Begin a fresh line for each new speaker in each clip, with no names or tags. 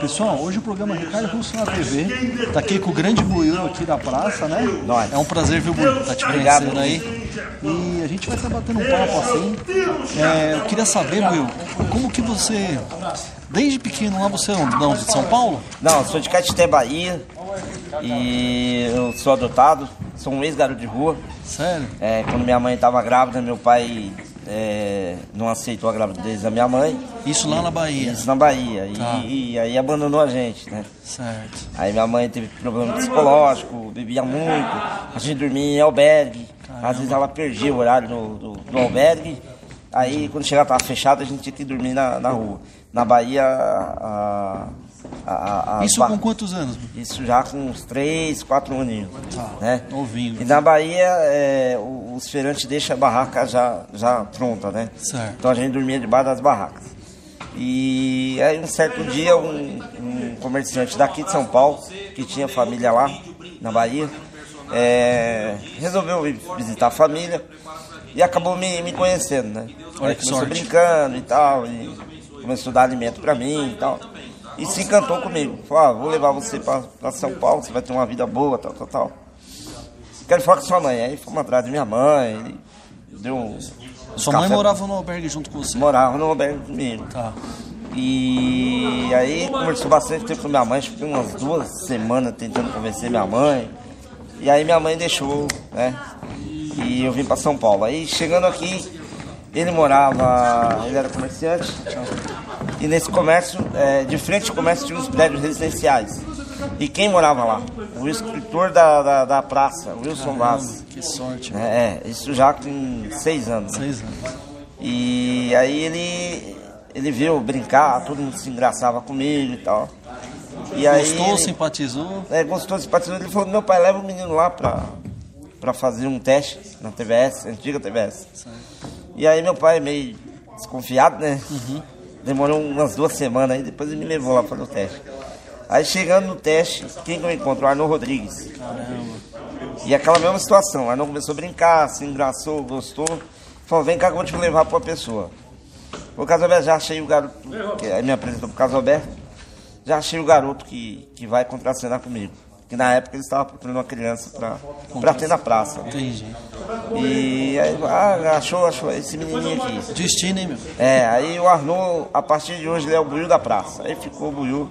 pessoal, hoje o programa Ricardo Russo na TV. Tá aqui com o grande Buiu aqui da praça, né?
Nós.
É um prazer, viu, Buiu? Tá te
Obrigado,
conhecendo aí. E a gente vai estar batendo um papo assim. É, eu queria saber, Buiu, como que você. Desde pequeno lá você é de onde? De São Paulo?
Não, eu sou de Catité, Bahia. E eu sou adotado. Sou um ex-garoto de rua.
Sério?
É, quando minha mãe estava grávida, meu pai é, não aceitou a gravidez da minha mãe.
Isso lá na Bahia.
Isso na Bahia. E-
Tá.
E, aí abandonou a gente, né?
Certo.
Aí minha mãe teve problema psicológico, bebia muito. A gente dormia em albergue. Às vezes ela perdia o horário do, do- do albergue. Aí quando chegava tava fechado, a gente tinha que dormir na, na rua. Na Bahia, a... a- a-
Isso
ba-
com quantos anos? Buiu?
isso já com uns 3, 4 aninhos. né?
Tá. novinho.
E na Bahia, é, o- os feirantes deixam a barraca já, já pronta, né?
Certo.
Então a gente dormia debaixo das barracas. E aí um certo dia, um, um comerciante daqui de São Paulo, que tinha família lá, na Bahia, é, resolveu ir visitar a família e acabou me, me conhecendo, né?
Olha
Aí
que
começou
sorte.
brincando e tal, e começou a dar alimento pra mim e tal. E se encantou comigo. Falou, ah, vou levar você pra, pra São Paulo, você vai ter uma vida boa, tal, tal, tal. Quero falar com sua mãe. Aí fomos atrás de minha mãe, e deu um.
Sua mãe
café-
morava no albergue junto com você.
Morava no albergue comigo.
Tá.
E aí conversou bastante tempo com minha mãe, acho que fiquei umas duas semanas tentando convencer minha mãe. E aí minha mãe deixou, né? E eu vim pra São Paulo. Aí chegando aqui, ele morava, ele era comerciante. E nesse comércio, é, de frente ao comércio tinha uns prédios residenciais. E quem morava lá? O escritor da, da, da praça, Wilson Vaz.
Que sorte.
É, é, isso já com seis anos. né?
Seis anos.
E aí ele, ele viu eu brincar, todo mundo se engraçava comigo e tal. E aí
Gostou,
ele-
simpatizou?
é, gostou, simpatizou. Ele falou, meu pai, leva o menino lá pra, pra fazer um teste na TBS, antiga TBS. E aí meu pai, é meio desconfiado, né? Demorou umas duas semanas, aí depois ele me levou lá pra fazer o teste. Aí chegando no teste, quem que eu encontro? O Arnô Rodrigues. E aquela mesma situação, aí não começou a brincar, se engraçou, gostou. Falou, vem cá que eu vou te levar pra uma pessoa. O Casalberto, já achei o garoto, que aí me apresentou pro Casalberto, já achei o garoto que, que vai contracenar comigo. Que na época ele estava procurando uma criança pra, pra ter na praça.
Entendi.
E aí, ah, achou, achou esse menininho aqui.
Destino, hein, meu?
É, aí o Arnô, a partir de hoje, ele é o Buiu da praça. Aí ficou o Buiu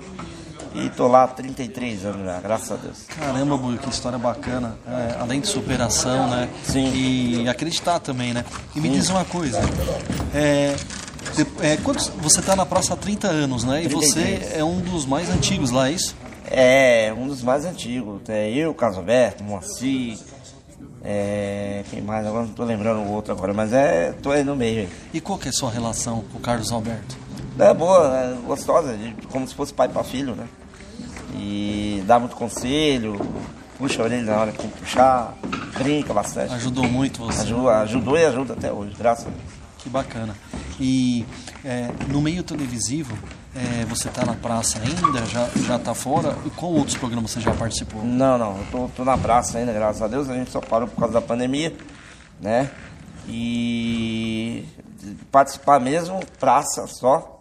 e tô lá há 33 anos já, graças a Deus.
Caramba, Buio, que história bacana. É, além de superação, né?
Sim.
E acreditar também, né? E me diz uma coisa. É, de- é, quantos- você está na praça há 30 anos, né? E
33.
você é um dos mais antigos lá, é isso?
É, um dos mais antigos. Tem eu, Casalberto, Moacir, é, quem mais? Agora não tô lembrando o outro agora, mas é, tô aí no meio. aí.
E qual que é a sua relação com o Carlos Alberto?
É boa, é gostosa, de- como se fosse pai pra filho, né? E dá muito conselho, puxa a orelha na hora que tem que puxar, brinca bastante.
Ajudou muito você.
Ajudou, ajudou e ajuda até hoje, graças a Deus.
Que bacana. E é, no meio televisivo, é, você está na praça ainda? Já já está fora? E qual outros programas você já participou?
Não, não, eu tô, tô na praça ainda, graças a Deus, a gente só parou por causa da pandemia, né? E participar mesmo, praça só.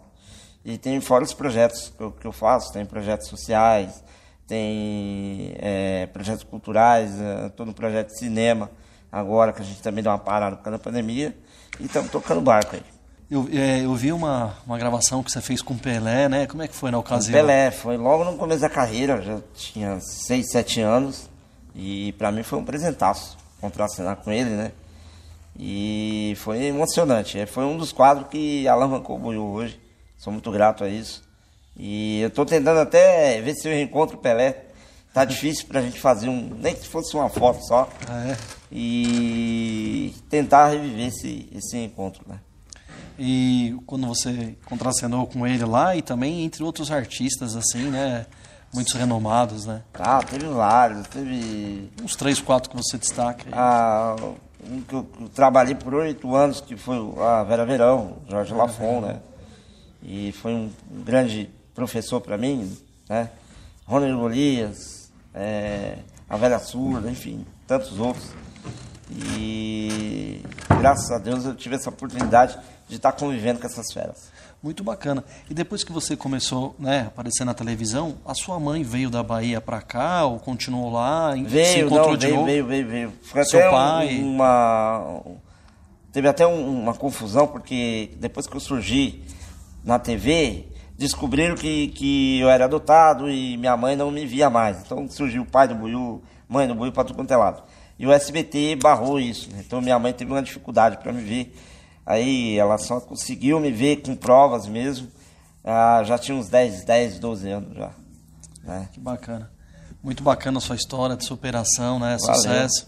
E tem fora os projetos que eu, que eu faço, tem projetos sociais, tem eh, projetos culturais, eh, todo um projeto de cinema, agora que a gente também deu uma parada por causa da pandemia, e estamos tocando barco aí.
Eu, é, eu vi uma, uma gravação que você fez com o Pelé, né? Como é que foi na ocasião?
Pelé, foi logo no começo da carreira, eu já tinha 6, 7 anos, e pra mim foi um presentaço contracenar com ele, né? E foi emocionante. é, Foi um dos quadros que alavancou o Buiú hoje. Sou muito grato a isso. E eu tô tentando até ver se eu encontro o Pelé. Tá difícil pra gente fazer um. Nem que fosse uma foto só.
Ah, é?
E tentar reviver esse, esse encontro, né?
E quando você contracenou com ele lá e também entre outros artistas, assim, né? Muitos renomados, né?
Ah, teve vários, teve
Uns três, quatro que você destaca. aí.
Ah, um que eu, que eu trabalhei por oito anos, que foi o- a Vera Verão, Jorge Lafon, né? E foi um grande professor para mim, né? Rony Golias, eh, a Velha Surda, enfim, tantos outros. E graças a Deus eu tive essa oportunidade de estar convivendo com essas feras.
Muito bacana. E depois que você começou né, a aparecer na televisão, a sua mãe veio da Bahia pra cá ou continuou lá? e se
Veio,
encontrou
não,
de
veio,
novo?
veio, veio, veio. Foi
Seu
até um-
pai?
uma. Teve até um- uma confusão, porque depois que eu surgi na TV, descobriram que, que eu era adotado e minha mãe não me via mais. Então surgiu o pai do Buiu, mãe do Buiu, para tudo quanto é lado. E o SBT barrou isso. né? Então minha mãe teve uma dificuldade para me ver. Aí ela só conseguiu me ver com provas mesmo. Ah, já tinha uns 10, 10, 12 anos já. né?
Que bacana. Muito bacana a sua história de superação, né?
Valeu.
Sucesso.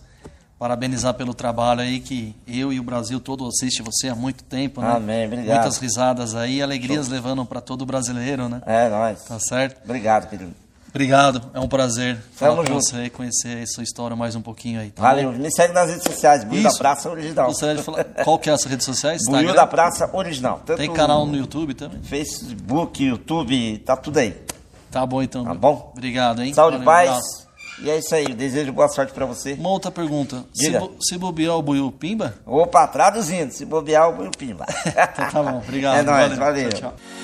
Parabenizar pelo trabalho aí que eu e o Brasil todo assiste você há muito tempo, né?
Amém, obrigado.
Muitas risadas aí, alegrias levando para todo brasileiro, né?
É, nóis.
Tá certo?
Obrigado, querido.
Obrigado, é um prazer falar com
junto.
você, conhecer a sua história mais um pouquinho aí. Tá
Valeu. Me segue nas redes sociais, Buio da
Isso.
Praça Original.
Gostaria de falar qual que é as redes sociais?
Buio
Instagram?
da Praça Original. Tanto
Tem canal no YouTube também?
Facebook, YouTube, tá tudo aí.
Tá bom então.
Tá
Bruno.
bom?
Obrigado, hein?
Saúde,
Valeu, um
paz.
abraço.
E é isso aí. Desejo boa sorte pra você.
Uma outra pergunta. Se,
Diga.
bo se bobear o Buiu Pimba?
Opa, traduzindo. Se bobear, o Buio Pimba.
Então tá bom, obrigado.
É nóis, valeu.
Tchau, tchau.